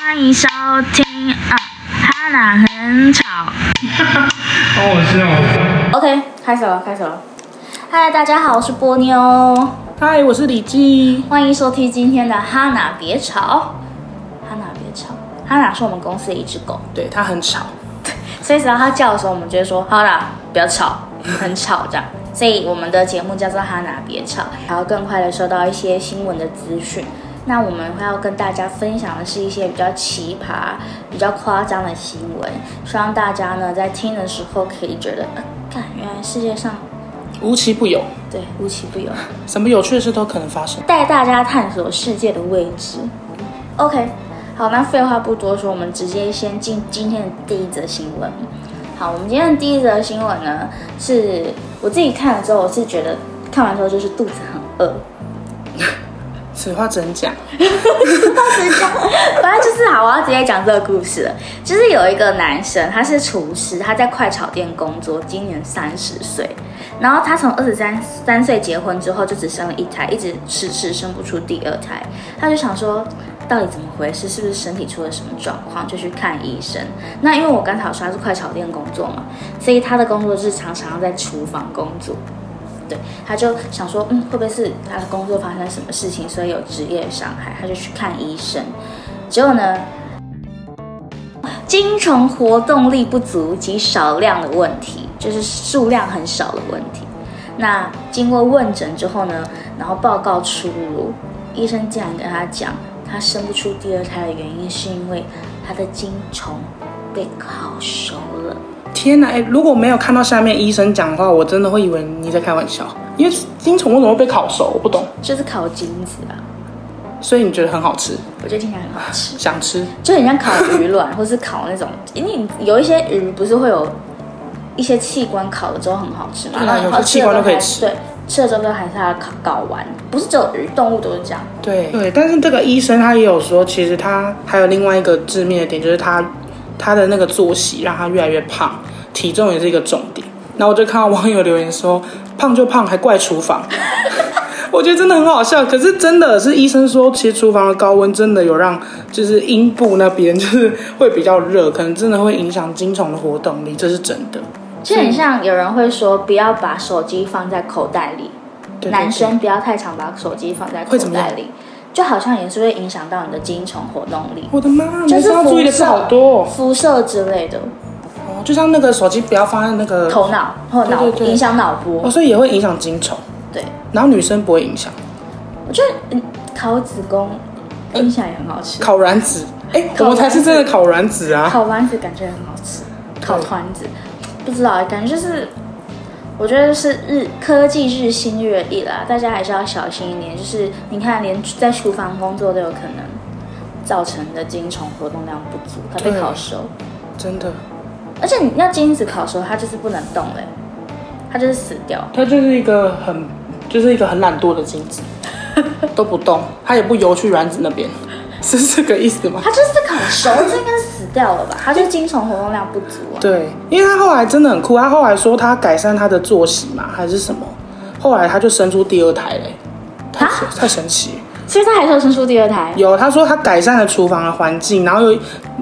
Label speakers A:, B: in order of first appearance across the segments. A: 欢迎收听啊，哈娜很吵。
B: 好恶心哦！
C: OK，开始了，开始了。嗨，大家好，我是波妞，
D: 嗨，我是李记。
C: 欢迎收听今天的《哈娜别吵》。哈娜别吵，哈娜是我们公司的一只狗，
D: 对他很吵，
C: 所以只要它叫的时候，我们就会说“哈娜，不要吵，很吵”这样。 所以我们的节目叫做《哈娜别吵》，然后更快的收到一些新闻的资讯。那我们会要跟大家分享的是一些比较奇葩、比较夸张的新闻，希望大家呢在听的时候可以觉得，呃，干，原来世界上
D: 无奇不有，
C: 对无奇不有。
D: 什么有趣的事都可能发生。
C: 带大家探索世界的未知。OK，好，那废话不多说，我们直接先进今天的第一则新闻。好，我们今天的第一则新闻呢，是我自己看了之后，我是觉得看完之后就是肚子很饿，
D: 此话怎讲？
C: 反正就是好，我要直接讲这个故事了。就是有一个男生，他是厨师，他在快炒店工作，今年三十岁。然后他从二十三三岁结婚之后，就只生了一胎，一直迟迟生不出第二胎。他就想说，到底怎么回事？是不是身体出了什么状况？就去看医生。那因为我刚才有说他是快炒店工作嘛，所以他的工作日常常要在厨房工作。对，他就想说，嗯，会不会是他的工作发生什么事情，所以有职业伤害？他就去看医生，结果呢，精虫活动力不足及少量的问题，就是数量很少的问题。那经过问诊之后呢，然后报告出炉，医生竟然跟他讲，他生不出第二胎的原因是因为他的精虫被烤熟了。
D: 天哪！哎，如果没有看到下面医生讲话，我真的会以为你在开玩笑。因为金虫为什么会被烤熟？我不懂。
C: 就是烤金子啊，
D: 所以你觉得很好吃，
C: 我觉得听起来很好吃，
D: 想吃？
C: 就很像烤鱼卵， 或是烤那种，因为你有一些鱼不是会有一些器官烤了之后很好吃嘛，
D: 对啊
C: 然后
D: 有
C: 好
D: 些
C: 吃
D: 器
C: 的
D: 官
C: 都
D: 都可以
C: 还
D: 吃
C: 对，吃了之后都还是它烤睾丸，不是只有鱼，动物都是这样。
D: 对对，但是这个医生他也有说，其实他还有另外一个致命的点，就是他他的那个作息让他越来越胖，体重也是一个重点。然后我就看到网友留言说，胖就胖，还怪厨房。 我觉得真的很好笑，可是真的是医生说，其实厨房的高温真的有让就是阴部那边就是会比较热，可能真的会影响精虫的活动力，这是真的。
C: 就很像有人会说，不要把手机放在口袋里，
D: 对对
C: 男生不要太常把手机放在口
D: 会怎么样
C: 袋里，就好像也是会影响到你的精虫活动力，
D: 我的妈，
C: 就是
D: 男生要注意的
C: 辐
D: 事
C: 射
D: 好多、哦
C: 辐射之类的，
D: 哦，就像那个手机不要放在那个
C: 头脑或脑
D: 呃对对对
C: 影响脑
D: 哦，
C: 波。
D: 所以也会影响精虫。
C: 对，
D: 然后女生不会影响，
C: 我觉得嗯烤子宫
D: 呃
C: 听起来也很好吃，
D: 烤卵子，哎，
C: 烤
D: 我们才是真的烤卵子啊！
C: 烤丸子感觉很好吃，烤团子不知道，感觉就是。我觉得是日科技日新月异啦，大家还是要小心一点。就是你看，连在厨房工作都有可能造成的精虫活动量不足，它被
D: 对
C: 烤熟，
D: 真的，
C: 而且你要精子烤熟，它就是不能动嘞、它就是死掉。
D: 它就是一个很，就是一个很懒惰的精 子，都不动，它也不游去卵子那边，是这个意思吗？
C: 它就是烤熟，这应该是死掉了吧？它就是精虫活动量不足啊。
D: 对，因为他后来真的很酷，他后来说他改善他的作息嘛，还是什么，后来他就生出第二胎嘞，太神太神奇了。
C: 所以它还是有生出第二胎。
D: 有他说他改善了厨房的环境，然后又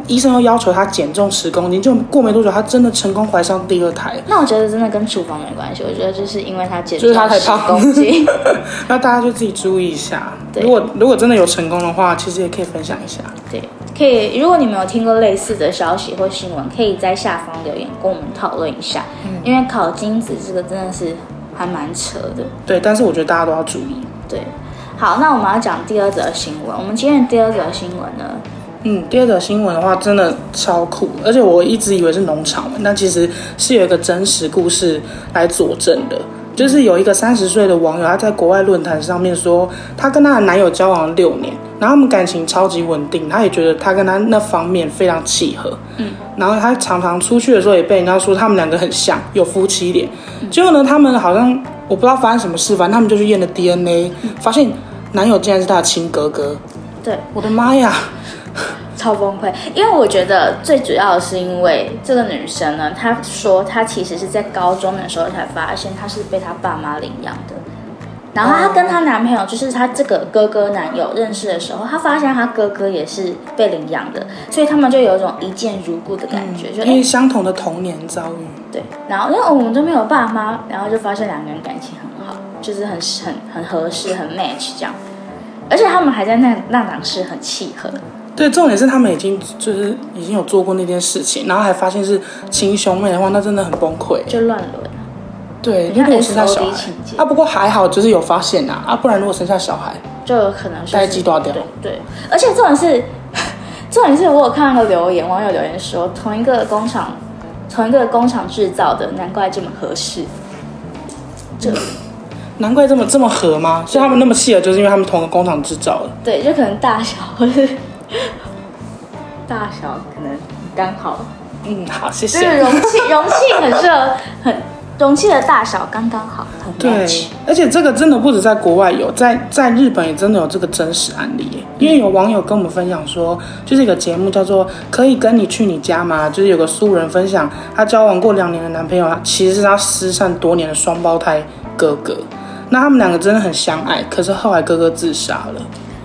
D: 医生又要求他减重十公斤，就过没多久他真的成功怀上第二胎。
C: 那我觉得真的跟厨房没关系，我觉得就是因为它减
D: 就是它
C: 重
D: 太
C: 十
D: 胖
C: 公斤。
D: 那大家就自己注意一下。
C: 对
D: 如果如果真的有成功的话，其实也可以分享一下。
C: 对，可以。如果你们有听过类似的消息或新闻，可以在下方留言跟我们讨论一下。因为烤金子这个真的是还蛮扯的。
D: 对，但是我觉得大家都要注意。
C: 对，好，那我们要讲第二则新闻。我们今天的第二则新闻呢，
D: 嗯，第二则新闻的话，真的超酷，而且我一直以为是农场文，但其实是有一个真实故事来佐证的。就是有一个三十岁的网友，她在国外论坛上面说，她跟她的男友交往了六年，然后他们感情超级稳定，她也觉得她跟她那方面非常契合。嗯，然后她常常出去的时候也被人家说他们两个很像，有夫妻脸。结果呢，他们好像我不知道发生什么事，反正他们就去验了 DNA，发现男友竟然是她的亲哥哥。
C: 对，
D: 我的妈呀！
C: 超崩溃，因为我觉得最主要的是因为这个女生呢，她说她其实是在高中的时候才发现她是被她爸妈领养的，然后她跟
D: 哦
C: 她男朋友，就是她这个哥哥男友认识的时候，她发现她哥哥也是被领养的，所以他们就有一种一见如故的感觉，就
D: 嗯因
C: 哎
D: 为相同的童年遭遇，
C: 对，然后因为我们都没有爸妈，然后就发现两个人感情很好，就是很很很合适，很 match 这样，而且他们还在那那档事很契合，
D: 对，重点是他们已经就是已经有做过那件事情，然后还发现是亲兄妹的话，那真的很崩溃。
C: 就乱伦。你
D: 对，如
C: 看
D: 果我生下
C: SOD
D: 小孩
C: 情节
D: 啊，不过还好，就是有发现啊啊，不然如果生下小孩，
C: 就有可能是
D: 大概记多少条
C: 对对，而且重点是， 重点是我有看到个留言，网友留言说，同一个工厂，同一个工厂制造的，难怪这么合适。这
D: 难怪这么这么合吗？所以他们那么契合，就是因为他们同个工厂制造的。
C: 对，就可能大小 或是大小可能刚好，
D: 嗯，好，谢
C: 就是
D: 谢。
C: 容器容器很适合，很容器的大小刚刚好，很
D: 对
C: match。，
D: 而且这个真的不止在国外有，在在日本也真的有这个真实案例耶。因为有网友跟我们分享说，就是一个节目叫做《可以跟你去你家吗》，就是有个素人分享，她交往过两年的男朋友，其实是她失散多年的双胞胎哥哥。那他们两个真的很相爱，可是后来哥哥自杀了。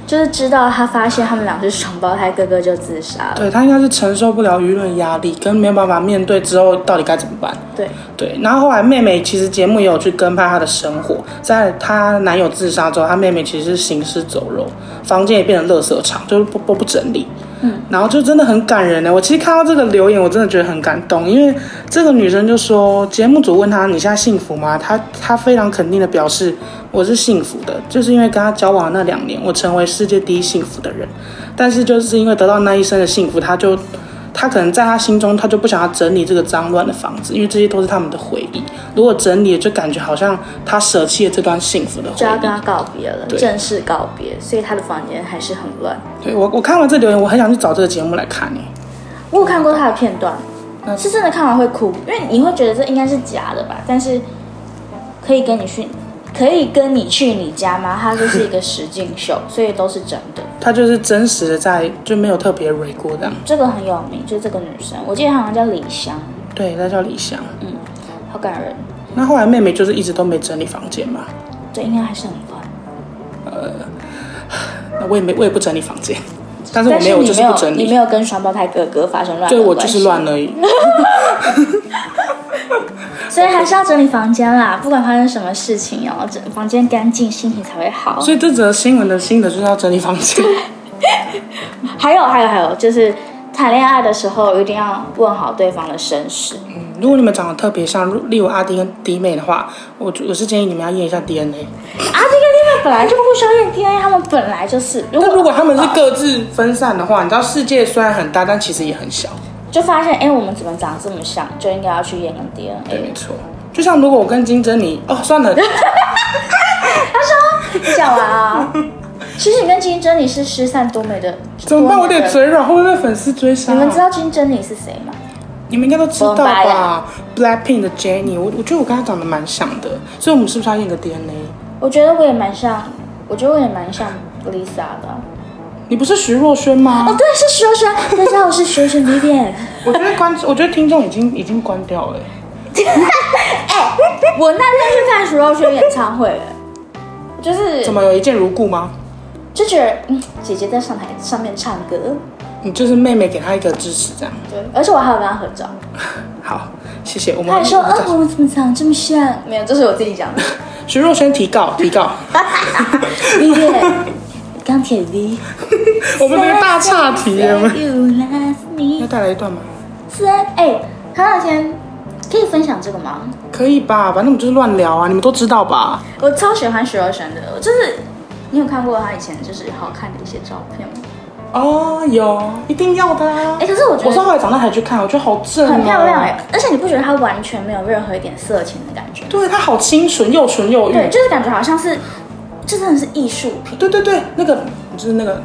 C: 就是知道他发现他们俩是双胞胎，哥哥就自杀了。
D: 对他应该是承受不了舆论压力，跟没有办法面对之后到底该怎么办。
C: 对，
D: 对，然后后来妹妹其实节目也有去跟拍她的生活，在她男友自杀之后，她妹妹其实是行尸走肉，房间也变成垃圾场，就是不不不整理。嗯，然后就真的很感人呢。欸我其实看到这个留言，我真的觉得很感动，因为这个女生就说，节目组问她你现在幸福吗？她她非常肯定的表示我是幸福的，就是因为跟她交往的那两年，我成为世界第一幸福的人。但是就是因为得到那一生的幸福，她就他可能在他心中，他就不想要整理这个脏乱的房子，因为这些都是他们的回忆。如果整理，就感觉好像他舍弃了这段幸福的回
C: 就要跟
D: 忆。
C: 他告别了，
D: 对
C: 正式告别，所以他的房间还是很乱。
D: 对我，我看完这留言，我很想去找这个节目来看欸诶。
C: 我有看过他的片段
D: 那，
C: 是真的看完会哭，因为你会觉得这应该是假的吧？但是可以跟你去，可以跟你去你家吗？它就是一个实境秀， 所以都是真的。
D: 他就是真实的在，就没有特别蕊过这样。
C: 这个很有名，就是这个女生，我记得她好像叫李湘，
D: 对，那叫理想。
C: 好感人。
D: 那后来妹妹就是一直都没整理房间嘛，
C: 对，应该还是很乱，
D: 那我也没，我也不整理房 间，但是我
C: 但
D: 没
C: 是
D: 有，
C: 你
D: 就
C: 没
D: 是
C: 有
D: 不，整
C: 你没
D: 理。
C: 有跟双胞胎哥哥发生乱，
D: 对，我就是，乱而已。
C: 所以还是要整理房间啦，不管发生什么事情哦，整房间干净，心情才会好。
D: 所以这则新闻的心得就是要整理房间。
C: 还有还有还有，就是谈恋爱的时候一定要问好对方的身世。
D: 如果你们长得特别像，如例如阿丁跟迪妹的话，我我是建议你们要验一下 DNA。
C: 啊，这个恋爱本来就不需要验 DNA，他们本来就是。如
D: 但
C: 果
D: 如果他们是各自分散的话，你知道世界虽然很大，但其实也很小。
C: 就发现，哎、我们怎么长这么像，就应该要去验个
D: 对，
C: DNA。
D: 没错。就像如果我跟金珍妮，哦，算了，
C: 讲完 啊，其实你跟金珍妮是失散多美的，
D: 怎么办？我
C: 多
D: 有
C: 年
D: 点
C: 的。
D: 嘴软，会不会被粉丝追杀？啊
C: 你们知道金珍妮是谁吗？
D: 你们应该都知道
C: 我们白
D: 吧？Blackpink 的 Jennie，我我觉得我跟她长得蛮像的，所以我们是不是要验个 DNA？
C: 我觉得我也蛮像，我觉得我也蛮像 Lisa 的。
D: 你不是徐若瑄吗？
C: 哦，对，是徐若瑄。大家好，我是徐若 瑄 Vivian。
D: 我觉得观，我 觉得听众已经已经关掉了。欸
C: 哎我那天去看徐若瑄演唱会，就是
D: 怎么有一见如故吗？
C: 就觉得嗯，姐姐在上台上面唱歌，
D: 你就是妹妹给她一个支持，这样
C: 对，而且我还有跟她合照，
D: 好，谢谢。我们
C: 她还说，
D: 我们
C: 嗯
D: 再，
C: 我们怎么长这么像？没有，这是我自己 讲的。
D: 徐若瑄 提告，提告，
C: V V，钢铁 V，
D: 我们这个大岔 题了。我
C: Said
D: 们
C: You love
D: 要
C: me，
D: 带来一段吗？
C: Said- 哎，他那天可以分享这个吗？
D: 可以吧，反正我们就是乱聊啊，你们都知道吧？
C: 我超喜欢徐若瑄的，我就是你有看过她以前就是好看的一些照片吗？
D: 哦，有，一定要的啊。
C: 哎，可是我觉
D: 我是
C: 得
D: 后来长大才去看，我觉得好正、哦，
C: 很漂亮哎，而且你不觉得她完全没有任何一点色情的感觉？
D: 对，她好清纯，又纯又欲。
C: 对，就是感觉好像是，这真的是艺术品。
D: 对对对，那个就是那个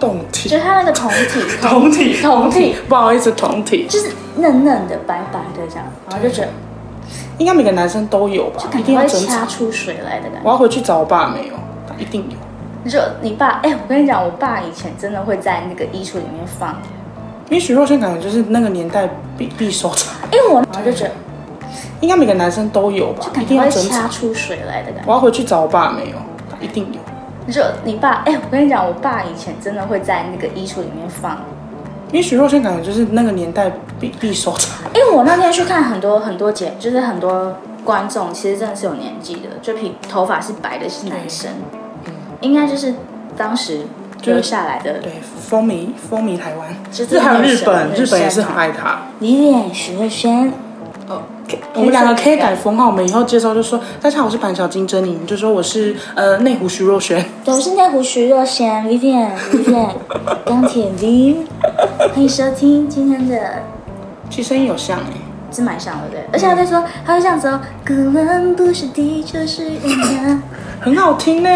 D: 动
C: 就
D: 体，
C: 是它那个酮体，
D: 同体，
C: 同体，
D: 不好意思，同体，
C: 就是嫩嫩的、白白的这样，然后就觉得
D: 应该每个男生都有吧
C: 就，
D: 一
C: 感觉
D: 定要
C: 哦会
D: 整
C: 掐
D: 场。
C: 出水来的感觉。
D: 我要回去找我爸没有，一定有。
C: 你就你爸，哎、我跟你讲，我爸以前真的会在那个衣橱里面放，
D: 因为徐若瑄感觉就是那个年代必必收藏。
C: 哎因为我然后就觉得
D: 应该每个男生都有吧，一
C: 感
D: 定
C: 觉
D: 要
C: 会
D: 整
C: 掐
D: 场。
C: 出水来的感觉。
D: 我要回去找我爸，没有，他一定有，
C: 你说你爸，哎、我跟你讲，我爸以前真的会在那个衣橱里面放。
D: 因为徐若瑄感觉就是那个年代必必收藏。
C: 因哎为我那天去看很多很多节，就是很多观众其实真的是有年纪的，就皮头发是白的，是男生，应该就是当时留下来的。
D: 对，风靡风靡台湾，
C: 就
D: 日
C: 是
D: 还有日本，
C: 女
D: 日
C: 神
D: 本也是很爱他。
C: 你演徐慧萱，
D: 哦，我们两个可以改封号，我们以后介绍就说大家好，我是板小金珍妮，你就说我是呃内湖徐若瑄。
C: 对，我是内湖徐若瑄 Vivian Vivian 钢铁 V，欢迎收听今天的
D: 其实声音有像哎、
C: 是蛮像的，对不对？而且他在说，他会这样子哦，可能不是地球是月亮，
D: 很 好听呢、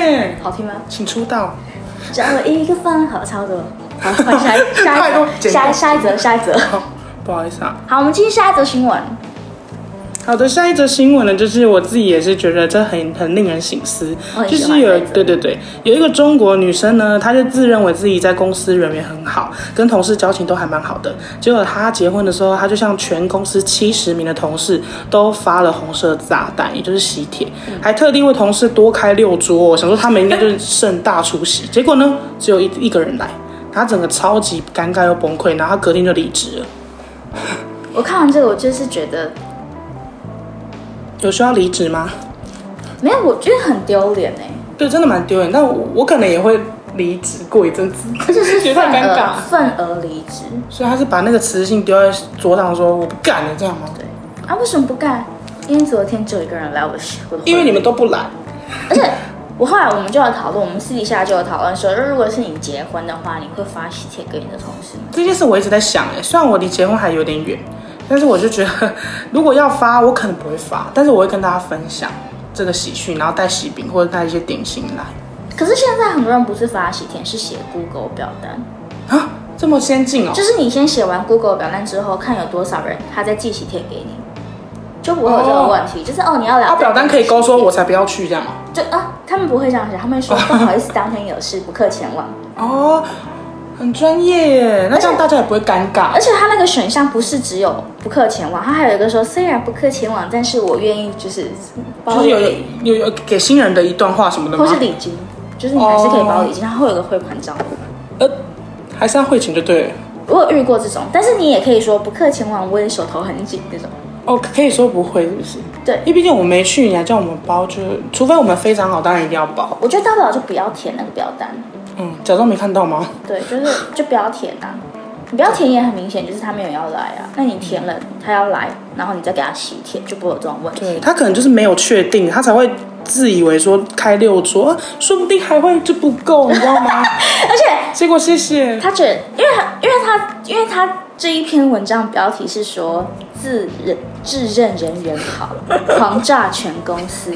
C: 好听吗？
D: 请出道。
C: 找一个方，好，差不 多了。好，换下一
D: 快
C: 下
D: 点
C: 一
D: 剪
C: 下一
D: 掉
C: 下一则，下一则。
D: 好，哦不好意思啊。
C: 好，我们进下一则新闻。
D: 好的，下一则新闻呢，就是我自己也是觉得这很很令人省思
C: 我，很
D: 就
C: 哦喜
D: 是
C: 欢
D: 有
C: 这一则
D: 对对对，有一个中国女生呢，她就自认为自己在公司人缘很好，跟同事交情都还蛮好的，结果她结婚的时候，她就向全公司七十名的同事都发了红色炸弹，也就是喜帖，
C: 嗯
D: 还特地为同事多开六桌，我想说他们应该就是盛大出席，结果呢，只有一一个人来。她整个超级尴尬又崩溃，然后她隔天就离职了。
C: 我看完这个，我就是觉得
D: 有需要离职吗？
C: 没有，我觉得很丢脸哎，
D: 对，真的蛮丢脸。但我我可能也会离职过一阵子，
C: 而且是
D: 觉得太
C: 份
D: 尴尬
C: 额
D: 了
C: 份额离职
D: 所以他是把那个辞信丢在桌上说我不干了这样吗？
C: 啊？为什么不干？因为昨天只有一个人来我的室我的婚礼，
D: 因为你们都不来，
C: 而且我后来我们就有讨论，我们私底下就有讨论说，如果是你结婚的话，你会发喜帖给你的同事吗？
D: 这件事我一直在想哎、虽然我离结婚还有点远，但是我就觉得 如果要发，我可能不会发，但是我会跟大家分享这个喜讯，然后带喜饼或者带一些点心来
C: 可是现在很多人不是发喜帖，是写 Google 表单，
D: 啊，这么先进哦、
C: 就是你先写完 Google 表单之后，看有多少人他再寄喜帖给你，就不会有这个问题。就是哦，你要聊
D: 他
C: 这个
D: 表单可以勾说我才不要去这样吗？
C: 就啊，他们不会这样写，他们说不好意思，当天有事，不客前往。
D: 哦，很专业耶，那这样大家也不会尴尬
C: 而。且他那个选项不是只有不客前往，他还有一个说虽然不客前往，但是我愿意就是包
D: 就是有有
C: 礼，
D: 有有给新人的一段话什么的吗？
C: 或是礼金，就是你还是可以包礼金，它会有个汇款账户。
D: 呃，还是要汇钱就对了。
C: 我有遇过这种，但是你也可以说不客前往，我也手头很紧那种。
D: 哦，可以说不会是不是？
C: 对
D: 因为毕竟我们没去，你还叫我们包，就是除非我们非常好，当然一定要包。
C: 我觉得大不了就不要填那个表单，
D: 嗯，假装没看到吗？
C: 对，就是就不要填啊。
D: 嗯
C: 你不要填也很明显，就是他没有要来啊。那你填了，他要来，然后你再给他喜帖，就不会有这种问题。
D: 对他可能就是没有确定，他才会自以为说开六桌，啊说不定还会就不够，你知道 吗？
C: 而且
D: 结果谢谢。
C: 他觉得，因为他，因为他，因为他这一篇文章标题是说自认自认人缘好， 狂炸全公司，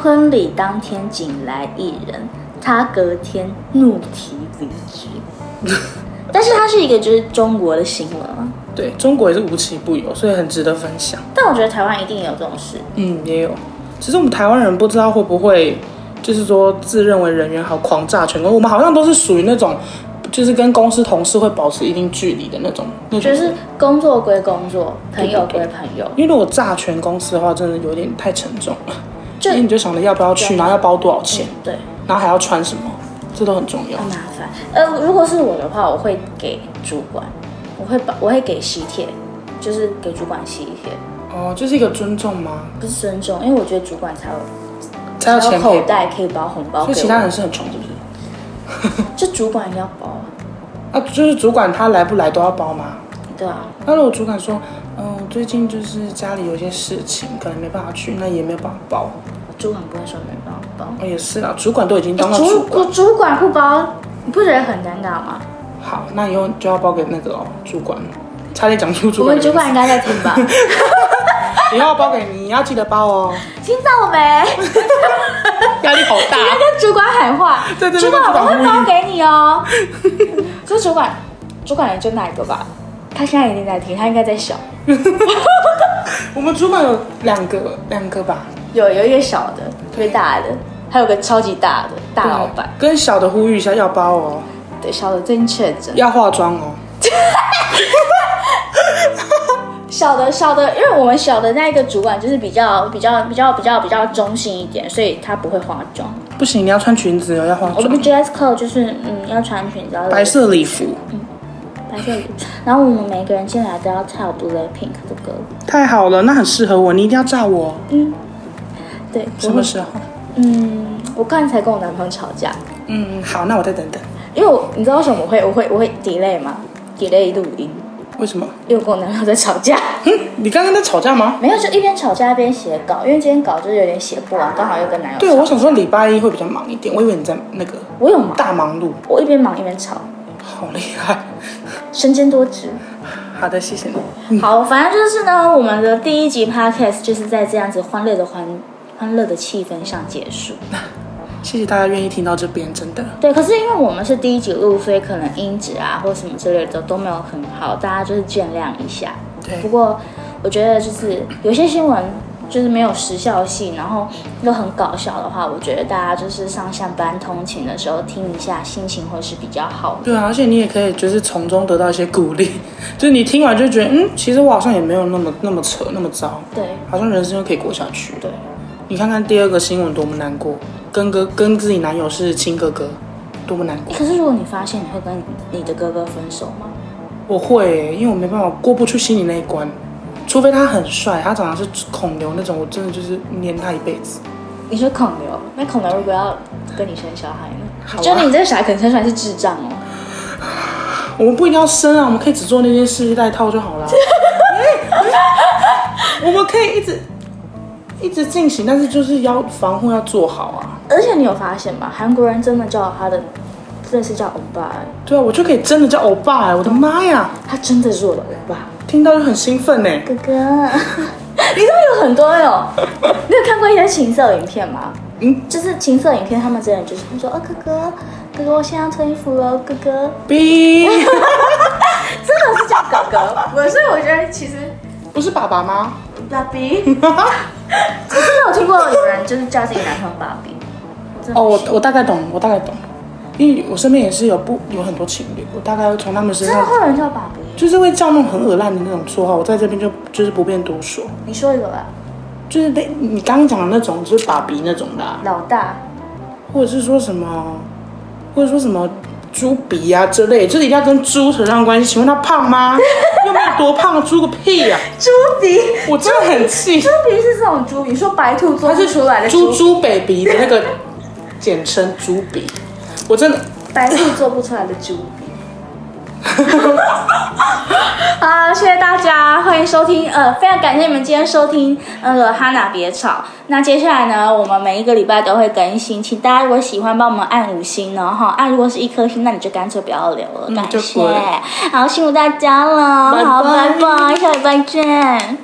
C: 婚礼当天仅来一人，他隔天怒提离职。 但是他是一个就是中国的新闻嘛，
D: 对中国也是无奇不有，所以很值得分享。
C: 但我觉得台湾一定也有这种事，
D: 嗯，也有。其实我们台湾人不知道会不会，就是说自认为人缘好，狂炸全国。我们好像都是属于那种，就是跟公司同事会保持一定距离的那种。那种
C: 就
D: 人
C: 是工作归工作，朋友归朋友，
D: 因为如果炸全公司的话，真的有点太沉重了。
C: 就
D: 因为你就想着要不要
C: 啊
D: 去，然后要包多少钱，
C: 对。
D: 然后还要穿什么，这都很重要
C: 很。麻烦。呃，如果是我的话，我会给主管，我会把我会给喜帖，就是给主管喜帖，
D: 哦，就是一个尊重吗？
C: 不是尊重，因为我觉得主管才有
D: 才有
C: 才
D: 钱
C: 有
D: 可以
C: 口，袋可以包红包
D: 所
C: 给
D: 以
C: 我，
D: 其他人是很穷，是不是？
C: 就主管要包啊，
D: 啊，就是主管他来不来都要包吗？
C: 对啊，
D: 那如果主管说，嗯、我最近就是家里有一些事情，可能没办法去，那也没有办法包。
C: 主管不会说没帮我包。
D: 哦，也是啊，主管都已经当到主
C: 主
D: 管，
C: 主主管不包，你不觉得很尴尬吗？
D: 好，那以后就要包给那个、哦、主管。差点讲出主
C: 我
D: 管
C: 们
D: 的名字，
C: 主管应该在听 吧？
D: 以后要包给你，你要记得包哦，
C: 听到没？
D: 压力好大。啊
C: 跟主管喊话，
D: 对对
C: 主
D: 对
C: 管
D: 跟主管
C: 我会
D: 呼
C: 包
D: 应
C: 给你哦。 所以主管，主管也就那一个吧，他现在一定在听，他应该在想。
D: 我们主管有两个，两个吧，
C: 有有一个小的，特别大的，还有个超级大的大老板。
D: 跟小的呼吁一下，要包哦，
C: 对，小的最近确诊，
D: 要化妆哦。
C: 小的小的，因为我们小的那一个主管就是比较比较比较比较比较中性一点，所以他不会化妆。
D: 不行，你要穿裙子哦，要化
C: 我们
D: 妆，
C: dress code 就是嗯要穿裙子，要
D: 白色礼服，
C: 白色礼服，然后我们每个人进来都要跳 Blackpink 的歌。
D: 太好了，那很适合我，你一定要炸我。哦
C: 对，我
D: 什么时候？
C: 嗯，我刚才跟我男朋友吵架，
D: 嗯，好，那我再等等。
C: 因为我你知道为什么我会我会我会 delay 吗？delay 录音，
D: 为什么？
C: 因为我跟我男朋友在吵架。
D: 嗯，你刚刚在吵架吗？
C: 没有，就一边吵架一边写稿，因为今天稿就是有点写不完，刚好又跟男友。
D: 对，我，想说礼拜一会比较忙一点，我以为你在那个
C: 我有忙，
D: 大忙碌，
C: 我一边忙一边吵，
D: 好厉害。
C: 身兼多职。
D: 好的，谢谢你。
C: 好，反正就是呢，我们的第一集 podcast 就是在这样子欢乐的欢欢乐的气氛上结束。
D: 谢谢大家愿意听到这边，真的。
C: 对，可是因为我们是第一集录，所以可能音质啊或什么之类的都没有很好，大家就是见谅一下。
D: 对
C: 不过我觉得就是有些新闻就是没有时效性，然后又很搞笑的话，我觉得大家就是上下班通勤的时候听一下，心情会是比较好的。
D: 对啊，而且你也可以就是从中得到一些鼓励， 就是你听完就觉得，嗯，其实我好像也没有那么那么扯，那么糟，
C: 对
D: 好像人生又可以过下去。
C: 对，
D: 你看看第二个新闻多么难过，跟哥跟自己男友是亲哥哥，多么难过。
C: 可是如果你发现你会跟你的哥哥分手吗？
D: 我会欸、因为我没办法过不去心里那一关，除非他很帅，他长得是孔刘那种，我真的就是黏他一辈子。
C: 你说孔刘，那孔刘如果要跟你生小孩呢？
D: 好
C: 我
D: 啊
C: 觉得你这个小孩可能生出来是智障哦。
D: 我们不一定要生啊，我们可以只做那件事带套就好了。 哎我们可以一直一直进行，但是就是要防护要做好啊。
C: 而且你有发现吗？韩国人真的叫他的，真的是叫欧巴、欸，
D: 对啊，我就可以真的叫欧巴、欸，我的妈呀！
C: 他真的是我的欧巴。
D: 听到就很兴奋呢、
C: 哥哥， 你知道有很多哟，你有看过一些情色影片吗？
D: 嗯，
C: 就是情色影片，他们真的就是他说，哦，哥哥，哥哥，我现在要脱衣服了，哥哥，
D: b
C: 真的是叫哥哥。我所以我觉得其实
D: 不是爸爸吗？
C: 爸比，我真的有听过有人就是叫自己男朋友爸比。真的
D: 哦，
C: 不
D: 我
C: 行
D: 我大概懂，我大概懂，因为我身边也是有不有很多情侣，我大概从他们身
C: 真的
D: 上
C: 会有人叫爸比？
D: 就是会叫那种很恶烂的那种绰号，我在这边就就是不便多说，
C: 你说一个吧，
D: 就是那你刚刚讲的那种，就是爸比那种的啊、
C: 老大，
D: 或者是说什么，或者说什么猪鼻啊之类，就是一定要跟猪扯上关系。请问他胖 吗？又没有多胖，猪个屁呀、
C: 猪鼻，
D: 我真的很气
C: 猪，鼻是这种猪，你说白兔做
D: 它
C: 不出来的
D: 猪猪 baby 的那个简称猪鼻，我真的
C: 白兔做不出来的猪 鼻。好，谢谢大家，欢迎收听。呃，非常感谢你们今天收听那个哈娜别吵。那接下来呢，我们每一个礼拜都会更新，请大家如果喜欢，帮我们按五星哦哈。按、如果是一颗星，那你就干脆不要留了，
D: 嗯
C: 感
D: 就
C: 谢
D: 滚。
C: 好，辛苦大家了，
D: 拜拜
C: 好，拜拜，下礼拜见。